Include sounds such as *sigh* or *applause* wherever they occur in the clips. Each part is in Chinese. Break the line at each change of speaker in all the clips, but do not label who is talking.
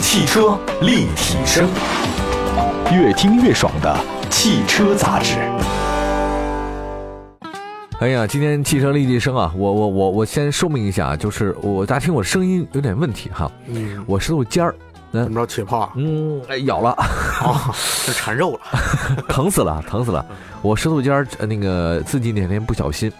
汽车立体声，越听越爽的汽车杂志。
哎呀，今天汽车立体声啊，我我我我先说明一下，就是我大家听我声音有点问题哈，
嗯，
我是露尖儿，
怎么着起泡啊？
嗯，哎咬了， *laughs*
哦，这缠肉了。
疼死了，疼死了，我是露尖儿，呃那个自己哪天不小心，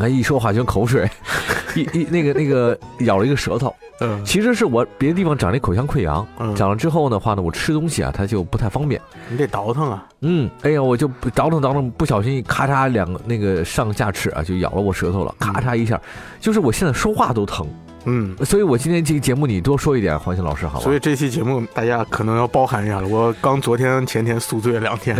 哎一说话全口水， *laughs* 一一那个那个咬了一个舌头，
嗯
其实是我别的地方长了一口腔溃疡，
嗯，
长了之后的话呢，我吃东西啊它就不太方便。
你得倒腾啊。
嗯，哎呀，我就不倒腾倒腾，不小心咔嚓两个那个上下齿啊，就咬了我舌头了，咔嚓一下，就是我现在说话都疼，
嗯，
所以我今天这个节目你多说一点，黄鑫老师好吧？
所以这期节目大家可能要包含一下了。我刚昨天前天宿醉两 *laughs* 天，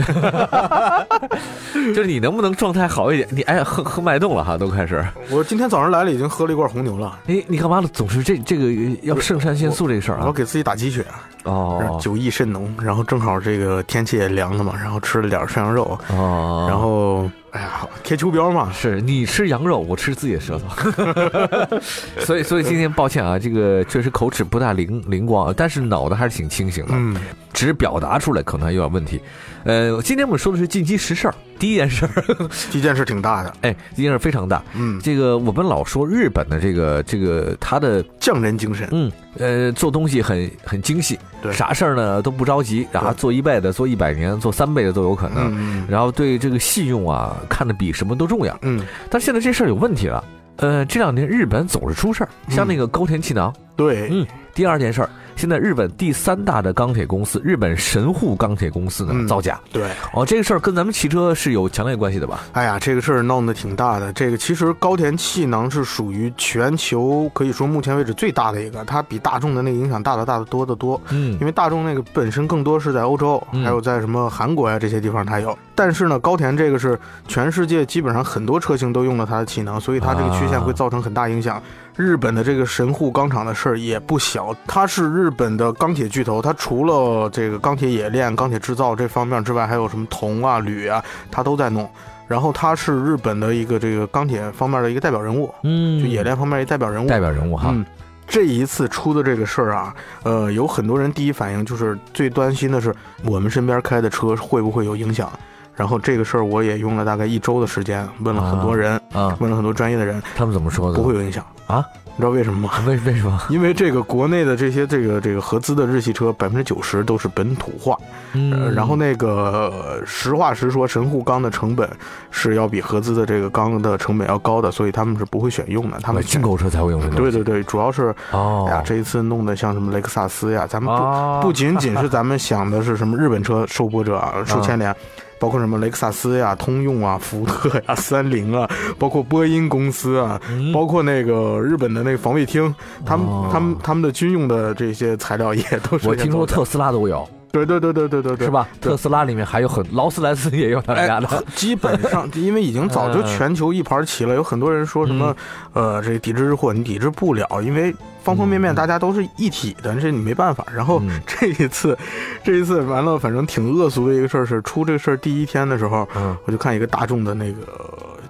就是你能不能状态好一点？你哎呀，喝喝脉动了哈，都开始。
我今天早上来了已经喝了一罐红牛 *laughs* 了。
哎， *laughs* 你干嘛总是这这个要肾上腺素这个事儿
我
啊？
给自己打鸡血，然后
哦
酒意甚浓，然后正好这个天气也凉了嘛，然后吃了点涮羊肉，
哦，
然后哎呀贴秋膘嘛，
是你吃羊肉，我吃自己的舌头， *laughs* 所以所以今天抱歉啊，这个确实口齿不大灵灵光，但是脑袋还是挺清醒的。
嗯，
只是表达出来可能还有点问题。呃，今天我们说的是近期实事儿，第一件事儿， *laughs*
这件事挺大的，
哎，这件事儿非常大。
嗯，
这个我们老说日本的这个这个他的
匠人精神，
嗯呃做东西很很精细，
对
啥事儿呢都不着急，然后
对
做一辈子、做一百年、做三辈子都有可能。
嗯
然后对这个信用啊看得比什么都重要。
嗯，
但现在这事儿有问题了，呃，这两年日本总是出事儿，像
嗯
那个高田气囊。
对，
嗯，第二件事儿，现在日本第三大的钢铁公司日本神户钢铁公司呢、
嗯
造假。
对，
哦，这个事儿跟咱们汽车是有强烈关系的吧？
哎呀，这个事儿闹得挺大的。这个其实高田气囊是属于全球可以说目前为止最大的一个，它比大众的那个影响大的大的多得多。
嗯
因为大众那个本身更多是在欧洲，
嗯
还有在什么韩国呀、这些地方它有。但是呢，高田这个是全世界基本上很多车型都用了它的气囊，所以它这个缺陷
啊
会造成很大影响。日本的这个神户钢厂的事儿也不小，它是日本的钢铁巨头，它除了这个钢铁冶炼、钢铁制造这方面之外，还有什么铜啊、铝啊，它都在弄。然后它是日本的一个这个钢铁方面的一个代表人物，
嗯
就冶炼方面一代表人物。
代表人物哈，
嗯，这一次出的这个事儿啊，呃，有很多人第一反应就是最担心的是我们身边开的车会不会有影响。然后这个事儿我也用了大概一周的时间，问了很多人，
啊，
问了很多专业的人，
他们怎么说的？
嗯不会有影响
啊？
你知道为什么吗？
为为什么？
因为这个国内的这些这个这个合资的日系车百分之九十都是本土化，呃
嗯
然后？那个呃实话实说，神户钢的成本是要比合资的这个钢的成本要高的，所以他们是不会选用的，他
他
们
们进口车才会用这个。
对对对，主要是
哦
哎呀，这一次弄得像什么雷克萨斯呀，咱们不、
啊
不仅仅是咱们想的是什么日本车受波折啊、
嗯
受牵连，包括什么雷克萨斯呀、通用啊、福特呀、 *laughs* 三菱啊，包括波音公司啊，
嗯
包括那个日本的那个防卫厅，他们、
哦
他们他们的军用的这些材料也都是
我听说
这样做的
特斯拉都有，
对对对对对对对
是？吧？
对哎
特斯拉里面还有很劳斯莱斯也有他们家的。嗯
基本上，因为已经早就全球一盘棋了，有很多人说什么，呃，这抵制日货你抵制不了，因为方方面
嗯
面大家都是一体的，这你没办法。然后
嗯
*laughs* 这一次，这一次完了，反正挺恶俗的一个事儿是，出这个事儿第一天的时候，
嗯
我就看一个大众的那个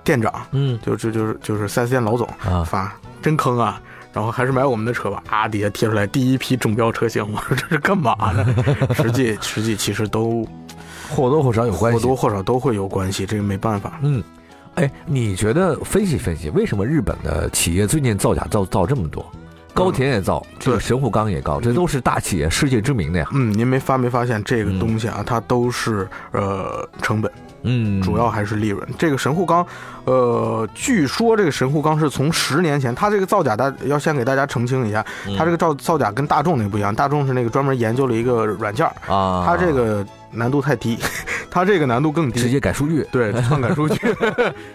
店长，
嗯
就就就是就是四 S 店老总
啊，
发真坑啊。然后还是买我们的车吧啊！底下贴出来第一批中标车型， *laughs* 我说这是干嘛呢？实际实际其实都
或多或少有关系。
或多或少都会有关系，这个没办法。
嗯，哎，你觉得分析分析，为什么日本的企业最近造假造造这么多？高铁也造，这个
嗯对
神户钢也造，这都是大企业，世界知名的呀。
嗯，您没发没发现这个东西啊？它都是呃成本，
嗯，
主要还是利润。这个神户钢，呃，据说这个神户钢是从十年前，它这个造假大要先给大家澄清一下，
嗯
它这个造造假跟大众那个不一样，大众是那个专门研究了一个软件儿，
啊，
它这个难度太低， *laughs* 它这个难度更
直
低。
接改数据，
对，篡改数据，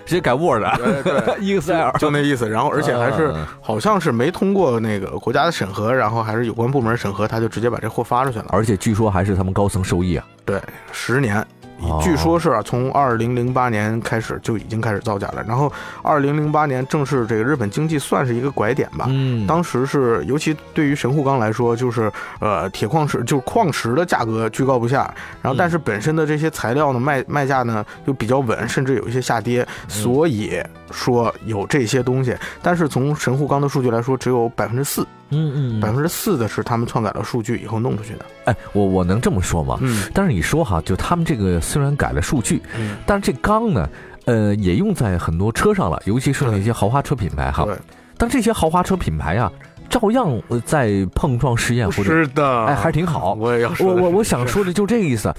直接改 Word、
*laughs* 对对
*laughs* Excel，
就那意思。然后，而且还是
嗯
好像是没通过那个国家的审核，然后还是有关部门审核，他就直接把这货发出去了。
而且据说还是他们高层受益啊。
对，十年
哦，
据说是啊，从二零零八年开始就已经开始造假了。然后二零零八年正是这个日本经济算是一个拐点吧。
嗯
当时是，尤其对于神户钢来说，就是呃，铁矿石就是矿石的价格居高不下，然后但是
嗯
本身的这些材料呢，卖卖价呢又比较稳，甚至有一些下跌，
嗯
所以说有这些东西。但是从神户钢的数据来说，只有百分之四，
嗯
百分之四的是他们篡改了数据以后弄出去的。
哎，我我能这么说吗？
嗯
但是你说哈，就他们这个虽然改了数据，
嗯，
但是这缸呢，呃，也用在很多车上了，尤其是那些豪华车品牌哈。
对，
但这些豪华车品牌啊，照样呃在碰撞试验或者
是的，
哎，还是挺好。
我也要 *laughs* 说
我
的是，
我我想说的就这个意思，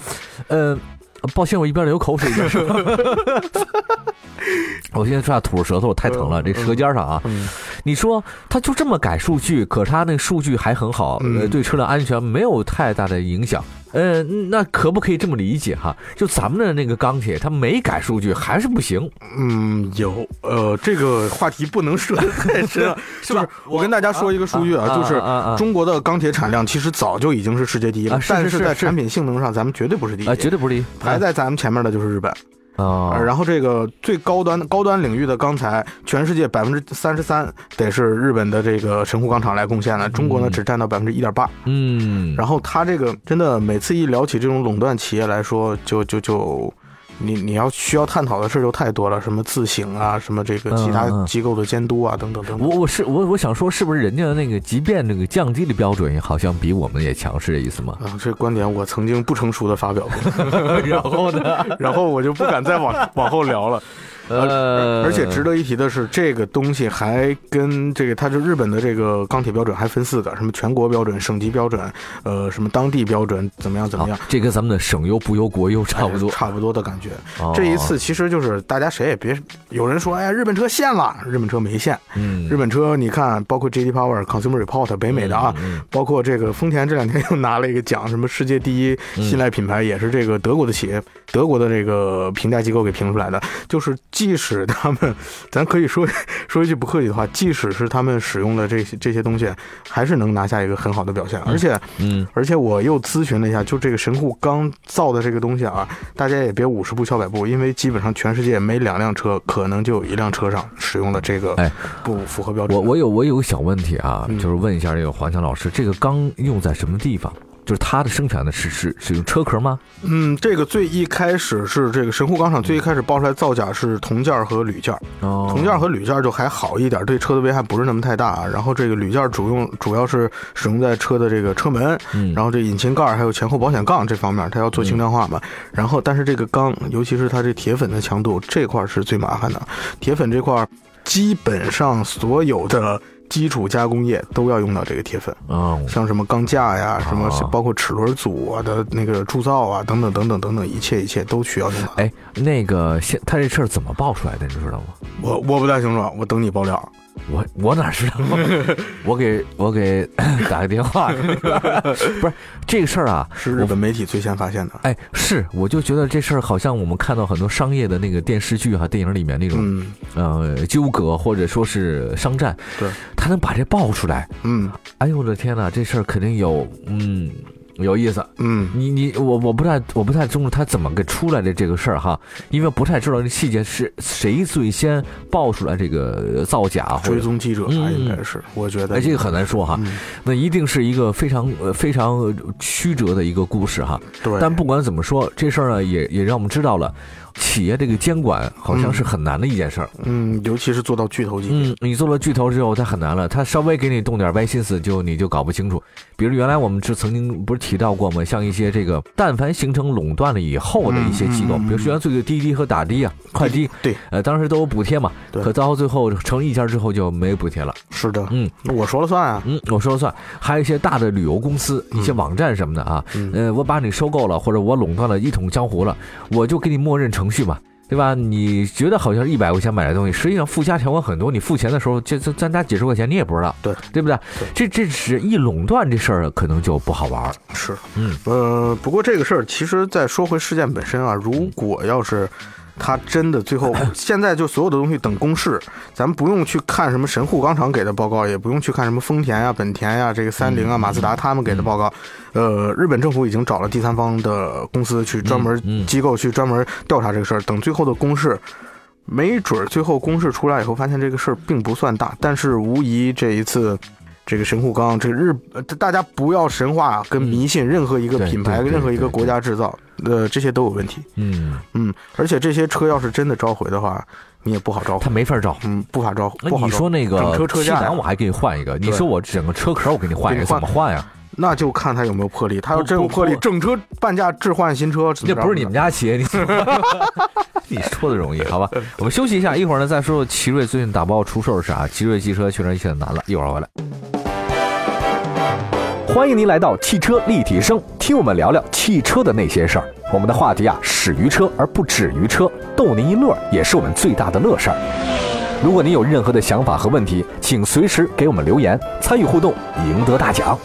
呃，抱歉，我一边流口水一边
*laughs*
说，我现在这吐着舌头太疼了，这舌尖上啊，
嗯，
你说他就这么改数据，可是他那个数据还很好，
嗯
呃，对车辆安全没有太大的影响。呃，那可不可以这么理解哈？就咱们的那个钢铁，它没改数据还是不行，
嗯，有呃，这个话题不能说的太深了，
是
就
吧
*laughs* 是我跟大家说一个数据啊，就是
啊啊
中国的钢铁产量其实早就已经是世界第一了，
啊是是
但
是
在
是
产品性能上，咱们绝对不是第一。
啊，绝对不是第一，
排在咱们前面的就是日本，
啊
呃，然后这个最高端高端领域的钢材，全世界百分之三十三得是日本的这个神户钢厂来贡献的，中国呢
嗯
只占到百分之一点八。
嗯，
然后它这个真的每次一聊起这种垄断企业来说，就就就你你要需要探讨的事儿就太多了，什么自省啊，什么这个其他
嗯嗯嗯
机构的监督啊，等等等等。？
我我是我我想说，是不是人家那个即便那个降低的标准，好像比我们也强势的意思吗
啊，这观点我曾经不成熟的发表过，
然后呢？
*laughs* 然后我就不敢再往往后聊了。
*laughs* 呃，
而且值得一提的是，这个东西还跟这个它是日本的这个钢铁标准还分四个，什么全国标准、省级标准，呃，什么当地标准，怎么样怎么样
好，啊这跟咱们的省优不优国优差不多。
差不多的感觉。
哦
这一次，其实就是大家谁也别有人说，哎呀，日本车限了，日本车没限，
嗯，
日本车你看，包括 JD Power、Consumer Report 北美的啊，
嗯，嗯
包括这个丰田这两天又拿了一个奖，什么世界第一
嗯
信赖品牌，也是这个德国的企业，德国的这个评价机构给评出来的。就是即使他们，咱可以说 *laughs* 说一句不客气的话，即使是他们使用了这些这些东西，还是能拿下一个很好的表现，而且。
嗯，
而且我又咨询了一下，就这个神户刚造的这个东西啊，大家也别五十步笑百步，因为基本上全世界每两辆车可能就有一辆车上使用了这个
哎
不符合标准
我
的。
我有我有个小问题啊，
嗯
就是问一下这个黄强老师，这个钢用在什么地方？就是它的生产的是是是用车壳吗？
嗯，这个最一开始是这个神户钢厂最一开始爆出来造假是铜件儿和铝件儿，
哦
铜件儿和铝件儿就还好一点，对车的危害不是那么太大啊。然后这个铝件儿主用主要是使用在车的这个车门，
嗯，
然后这引擎盖儿还有前后保险杠这方面，它要做轻量化嘛。
嗯
然后，但是这个钢，尤其是它这铁粉的强度这块儿是最麻烦的。铁粉这块儿，基本上所有的基础加工业都要用到这个铁粉，
哦
像什么钢架呀，什么
啊
包括齿轮组啊的那个铸造啊，等等等等等等，一切一切都需要用到。
哎，那个现他这事儿怎么爆出来的，你知道吗？
我我不太清楚，我等你爆料。
我我哪
*laughs*
知道？我给我给 *coughs* 打个电话，不是这个事儿啊。
是日本媒体最先发现的。
哎，是，我就觉得这事儿好像我们看到很多商业的那个电视剧啊、电影里面那种、
嗯
呃纠葛或者说是商战，
对，
他能把这爆出来，
嗯
哎呦我的天呐，这事儿肯定有嗯有意思。
嗯，
你你我我不太我不太清楚他怎么个出来的这个事儿哈，因为不太知道这细节是谁最先爆出来这个造假或
追
者。
踪记者吧
嗯
应该是，我觉得。
哎，这个很难说哈，
嗯
那一定是一个非常呃非常呃曲折的一个故事哈。
对，
但不管怎么说，这事儿呢也也让我们知道了，企业这个监管好像是很难的一件事儿。
嗯，尤其是做到巨头级别。
嗯，你做了巨头之后，它很难了，它稍微给你动点歪心思，就你就搞不清楚。比如原来我们是曾经不是提到过吗？像一些这个，但凡形成垄断了以后的一些机构，
嗯嗯嗯
比如原来最滴滴和打的啊、快滴，
对，
呃，当时都有补贴嘛，
对
可到最后成一家之后就没有补贴了。
是的，
嗯，
我说了算啊。
嗯，我说了算。还有一些大的旅游公司、一些网站什么的啊，
嗯，
呃，我把你收购了，或者我垄断了一统江湖了，我就给你默认程序嘛，对吧？你觉得好像是一百块钱买的东西，实际上附加条款很多，你付钱的时候，这这咱加几十块钱你也不知道，
对
对不对？这这是一垄断这事儿可能就不好玩儿，
是，
嗯嗯
呃，不过这个事儿，其实再说回事件本身啊，如果要是。他真的最
*coughs*
后，现在就所有的东西等公示，咱们不用去看什么神户钢厂给的报告，也不用去看什么丰田呀、啊本田呀、这个三
嗯
菱啊、马自达他们给的报告。呃，日本政府已经找了第三方的公司去专门
嗯嗯
机构去专门调查这个事儿，等最后的公示，没准儿最后公示出来以后，发现这个事儿并不算大，但是无疑这一次这个神户钢，这个日呃大家不要神话跟迷信任何一个
对
品牌、
对对
任何一
对
个国家制造，呃，这些都有问题。
嗯，
嗯，而且这些车要是真的召回的话，你也不好召回
它，没法照。
嗯，不法召回，
那
不好
哎你
召回
说那
整
个
车车
气
架呀
囊我还给你换一个，你
对
说我整个车壳我给你换一
给
个，
你换
怎么换呀？
那就看他有没有魄力。他要
不
真
不
有魄力，
不
整车半价置换新车，
这不是你们
家
家企业，你你说的容易，好吧？我们休息一下，一会儿呢再说说奇瑞最近打包出售是啥？奇瑞汽车确实现在难了，一会儿回来。
欢迎您来到汽车立体声，听我们聊聊汽车的那些事儿。我们的话题啊，始于车而不止于车，逗您一乐也是我们最大的乐事儿。如果您有任何的想法和问题，请随时给我们留言，参与互动，赢得大奖。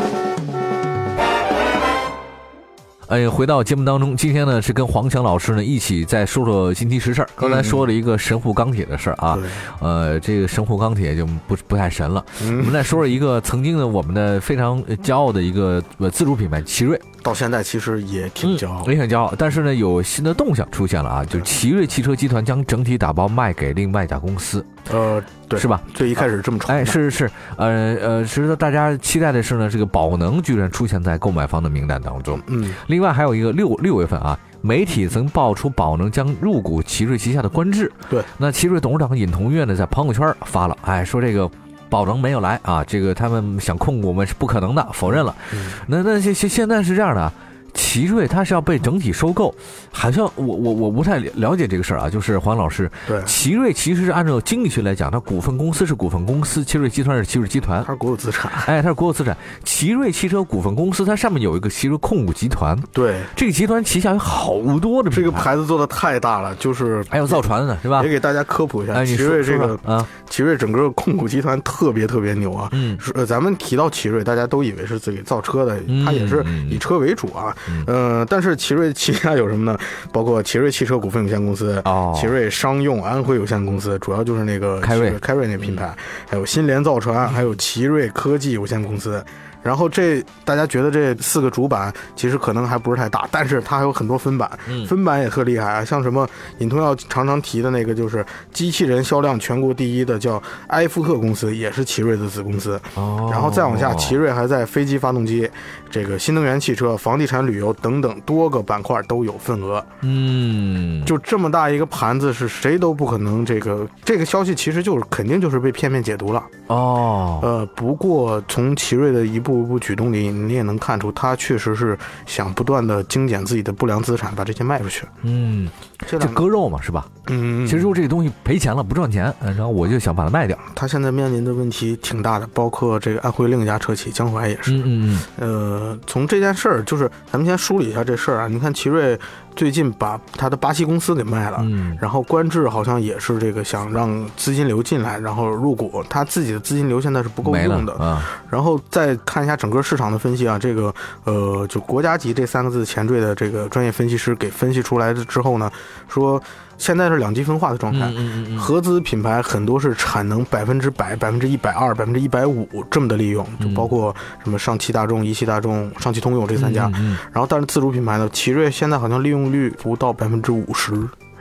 哎，回到节目当中，今天呢是跟黄强老师呢一起再说说近期时事儿。刚才说了一个神户钢铁的事儿啊，
嗯对，
呃，这个神户钢铁就不不太神了。我们
嗯，
再说说一个曾经的我们的非常骄傲的一个呃自主品牌奇瑞，嗯
到现在其实也挺骄傲的。
也很骄傲。但是呢，有新的动向出现了啊，就是奇瑞汽车集团将整体打包卖给另外一家公司，
呃，对，
是吧？
最一开始这么传
哎，
的，
是是是，呃呃，值得大家期待的是呢，这个宝能居然出现在购买方的名单当中。
嗯，
另外还有一个六六月份啊，媒体曾爆出宝能将入股奇瑞旗下的观致。
对，
那奇瑞董事长尹同跃呢，在朋友圈发了，哎，说这个。宝能没有来啊，这个他们想控股我们是不可能的，否认了。
嗯
那那现现现在是这样的啊，奇瑞它是要被整体收购，好像我我我不太了解这个事儿啊，就是黄老师，
对，
奇瑞其实是按照经济学来讲，它股份公司是股份公司，奇瑞集团是奇瑞集团
*laughs* 他，是国有资产，
哎，它是国有资产。奇瑞汽车股份公司它上面有一个奇瑞控股集团，
对，
这个集团旗下有好多的
这个
品牌，
牌子做的太大了，就是
嗯哎还有造船的呢，是吧
也？给大家科普一下，
哎，你
奇
说
瑞这
说
个
说啊，
奇瑞整个控股集团特别特别牛啊。
嗯
是呃，咱们提到奇瑞，大家都以为是自己造车的，它也是
嗯
以车为主啊。
嗯
呃，但是奇瑞旗下有什么呢？包括奇瑞汽车股份有限公司、
哦，
奇瑞商用安徽有限公司，主要就是那个
凯
奇
瑞嗯
凯瑞那品牌，还有新联造船，还有奇瑞科技有限公司。然后这大家觉得这四个主板其实可能还不是太大，但是它还有很多分板，
嗯
分板也特厉害啊，像什么尹通耀常常提的那个，就是机器人销量全国第一的叫埃夫克公司，也是奇瑞的子公司。
哦，
然后再往下，奇瑞还在飞机发动机、这个新能源汽车、房地产、旅游等等多个板块都有份额。
嗯，
就这么大一个盘子，是谁都不可能。这个这个消息其实就是肯定就是被片面解读了。
哦，
呃，不过从奇瑞的一步一步举动里，你也能看出，他确实是想不断的精简自己的不良资产，把这些卖出去。
嗯，
这
这
两个，
割肉嘛，是吧？
嗯，
其实如果这个东西赔钱了不赚钱，呃然后我就想把它卖掉。
他现在面临的问题挺大的，包括这个安徽另一家车企江淮也是。
嗯嗯
呃，从这件事儿，就是咱们先梳理一下这事儿啊。你看，奇瑞最近把他的巴西公司给卖了。
嗯
然后官至好像也是这个想让资金流进来，然后入股，他自己的资金流现在是不
嗯，
够
没了
用的。
啊，
然后再看一下整个市场的分析啊，这个呃，就国家级这三个字前缀的这个专业分析师给分析出来的之后呢，说现在是两极分化的状态，
嗯嗯
合资品牌很多是产能百分之百、百分之一百二、百分之一百五这么的利用，就
嗯
包括什么上汽大众、一汽大众、上汽通用这三家。
嗯嗯
然后，但是自主品牌呢，奇瑞现在好像利用率不到百分之五十，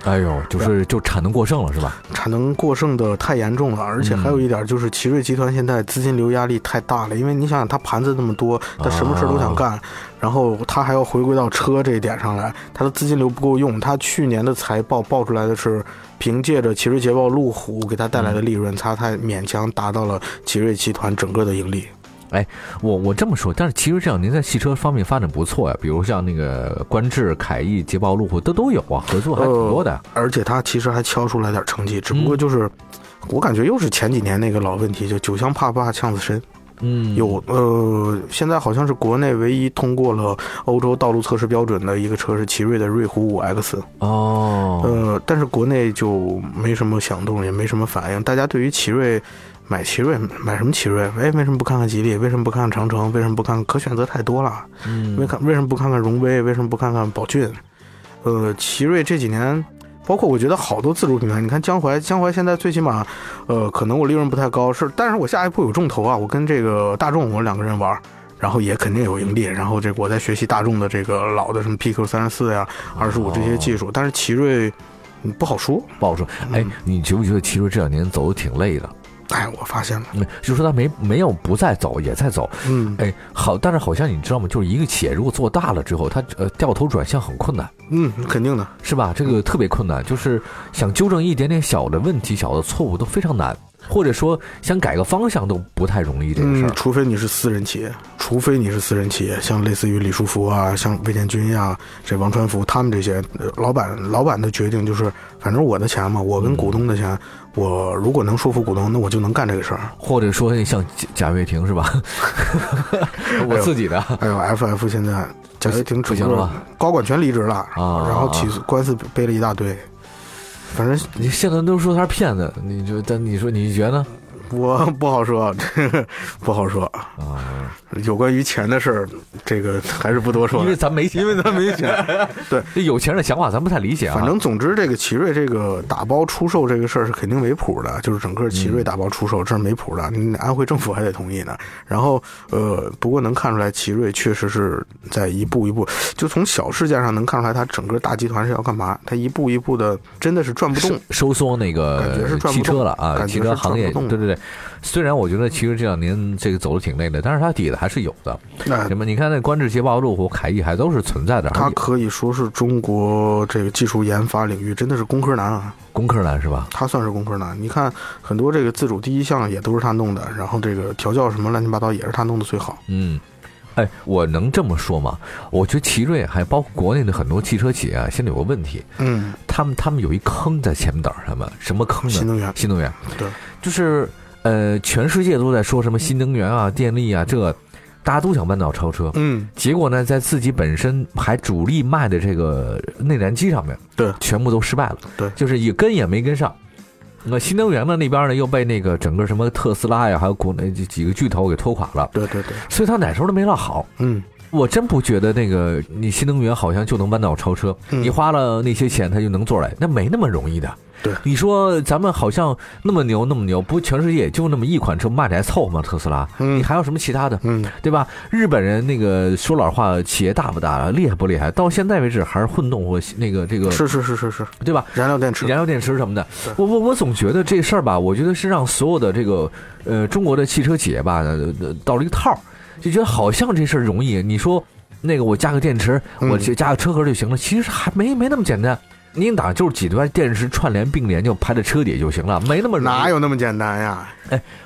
哎呦，就是就产能过剩了是吧？
产能过剩的太严重了。而且还有一点就是，奇瑞集团现在资金流压力太大了，因为你想想，它盘子那么多，它什么事儿都想干，然后它还要回归到车这一点上来，它的资金流不够用。它去年的财报报出来的是。凭借着奇瑞捷豹、路虎给它带来的利润差，它勉强达到了奇瑞集团整个的盈利。
我我这么说，但是其实这两年在汽车方面发展不错呀，比如像那个观致、凯翼、捷豹、路虎都都有啊，合作还挺多的。
而且它其实还敲出来点成绩，只不过
嗯
就是，我感觉又是前几年那个老问题，就酒香怕不怕巷子深。
嗯，
有呃，现在好像是国内唯一通过了欧洲道路测试标准的一个车是奇瑞的瑞虎五 X，
哦，
呃，但是国内就没什么响动，也没什么反应。大家对于奇瑞买奇瑞买什么奇瑞？哎，为什么不看看吉利？为什么不看看长城？为什么不看？可选择太多了，
嗯
为看为什么不看看荣威？为什么不看看宝骏？呃，奇瑞这几年。包括我觉得好多自主品牌，你看江淮，江淮现在最起码，呃，可能我利润不太高，是，但是我下一步有重头啊，我跟这个大众我两个人玩，然后也肯定有盈利，然后这个我在学习大众的这个老的什么 PQ 三十四呀、二十五这些技术，但是奇瑞嗯不好说，
不好说。哎
嗯，
你觉不觉得奇瑞这两年走的挺累的？
哎，我发现了，
嗯就说他没没有不再走，也在走。
嗯
哎，好，但是好像你知道吗？就是一个企业如果做大了之后，它呃掉头转向很困难，
嗯，肯定的，
是吧？这
嗯
个特别困难，就是想纠正一点点小的问题、小的错误都非常难，或者说想改个方向都不太容易这个事
嗯
儿，。
除非你是私人企业，除非你是私人企业，像类似于李书福啊，像魏建军呀、这王传福他们这些呃老板，老板的决定就是，反正我的钱嘛，我跟股东的
嗯
钱，我如果能说服股东，那我就能干这个事儿。
或者说像贾贾跃亭是吧？ *laughs*
哎
我自己的，
还有 FF 现在贾跃
嗯
亭
哎不
除
行了吧
了高管全离职了，
啊
然后起诉官司背了一大堆。反正
你现在都说他是骗子，你就但你说你觉得呢？
我不好说， *laughs* 这个不好说。
啊，
有关于钱的事儿，这个还是不多说
因
了
为。咱没钱，因为咱没钱。
对，
这有钱人的想法咱不太理解啊。
反正总之，这个奇瑞这个打包出售这个事儿是肯定没谱的，就是整个奇瑞打包出售这是没谱的，你安徽政府还得同意呢。然后呃，不过能看出来，奇瑞确实是在一步一步，就从小事件上能看出来，它整个大集团是要干嘛，它一步一步的真的是转不动
收。收缩那
感觉是
个
转不
汽车了
动
啊，
感觉
汽
是
车行业，
转
对
不动
对对。虽然我觉得其实这两年这个走的挺累的，但是它底子还是有的。
那
什么？你看那观致、捷豹、路虎、凯翼还都是存在的，
它
而且
可以说是中国这个技术研发领域真的是工科男啊。
工科男是吧？
他算是工科男。你看很多这个自主第一项也都是他弄的，然后这个调教什么乱七八糟也是他弄的最好。
嗯，哎，我能这么说吗？我觉得奇瑞还包括国内的很多汽车企业啊，现在有个问题，
嗯，
他们他们有一坑在前挡上们什么坑呢？
新能源，
新能源，
对，
就是呃，全世界都在说什么新能源啊、电力啊，这大家都想弯道超车。
嗯，
结果呢，在自己本身还主力卖的这个内燃机上面，
对
全部都失败了，
对
就是也跟也没跟上。那新能源呢那边呢又被那个整个什么特斯拉呀，还有国内这几个巨头给拖垮了，
对对对，
所以它哪时候都没落好。
嗯，
我真不觉得那个你新能源好像就能弯道超车，
嗯
你花了那些钱它就能做来，那没那么容易的。
对
你说咱们好像那么牛那么牛，不全世界也就那么一款车卖的还凑合吗？特斯拉，
嗯
你还有什么其他的？
嗯，
对吧？日本人那个说老实话，企业大不大，厉害不厉害？到现在为止还是混动或那个这个，
是是是是是，
对吧？
燃料电池，
燃料电池什么的
对，
我我我总觉得这事儿吧，我觉得是让所有的这个呃中国的汽车企业吧，呃呃到了一个套儿，就觉得好像这事儿容易。你说那个我加个电池，
嗯
我加个车壳就行了，其实还没没那么简单。你哪就是几段电池串联并联就排在车底就行了，没那么容
哪
易。
有那么简单呀？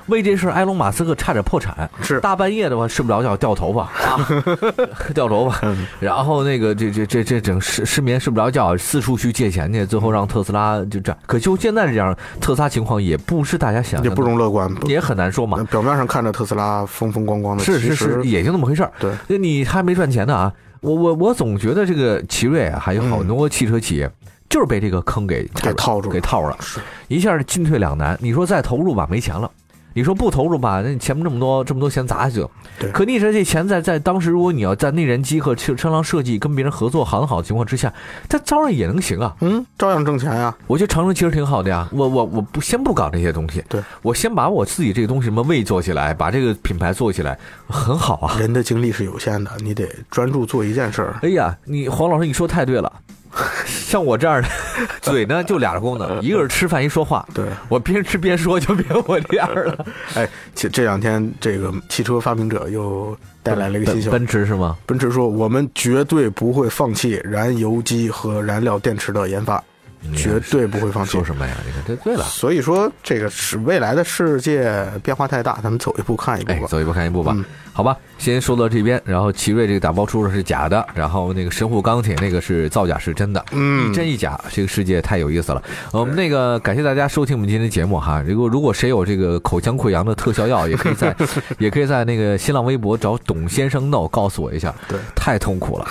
为这事儿，埃隆·马斯克差点破产。
是，
大半夜的话睡不着觉，掉头发啊， *laughs* 掉头发，
嗯
然后那个这这这这整失失眠睡不着觉，四处去借钱去，最后让特斯拉就这样。可就现在这样，特斯拉情况也不是大家想象的
也不容乐观。不
也很难说嘛。
表面上看着特斯拉风风光光的，
是
其
是
实
是，也就那么回事儿。
对，
那你还没赚钱呢啊！我我我总觉得这个奇瑞啊，还有好多汽车企业，就是被这个坑给
嗯给套住了
给套了，
是
一下进退两难。你说再投入吧，没钱了；你说不投入吧，那前面这么多这么多钱砸下去了。
对
可你说这钱在在当时，如果你要在内燃机和车车辆设计跟别人合作很好的情况之下，它照样也能行啊。
嗯，照样挣钱呀。
我觉得长城其实挺好的呀。我我我不先不搞这些东西，
对
我先把我自己这个东西什么胃做起来，把这个品牌做起来，很好啊。
人的精力是有限的，你得专注做一件事儿。
哎呀，你黄老师你说太对了。 *laughs* 像我这样的 *laughs* 嘴呢，就俩功能，一个是吃饭，一说话。
对，
我边吃边说，就别我这样了。
哎，这这两天这个汽车发明者又带来了一个新
奔
消息，
奔驰是吗？
奔驰说：“我们绝对不会放弃燃油机和燃料电池的研发，
你
绝对不会放弃
说。什么呀？你看这对了”。
所以说，这个是未来的世界变化太大，咱们走一步看一步
哎，
吧。
走一步看一步吧，
嗯
好吧，先说到这边。然后奇瑞这个打包出售是假的，然后那个神户钢铁那个是造假是真的，
嗯
一，真一假，这个世界太有意思了。呃我们那个感谢大家收听我们今天的节目哈。如果如果谁有这个口腔溃疡的特效药，也可以
*laughs*
在也可以在那个新浪微博找董先生 no 告诉我一下，
对，
太痛苦
*laughs*
了，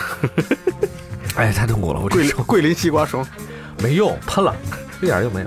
哎，太痛苦了，我这
桂林
手
桂林西瓜霜。
没用，喷了，一点用没有。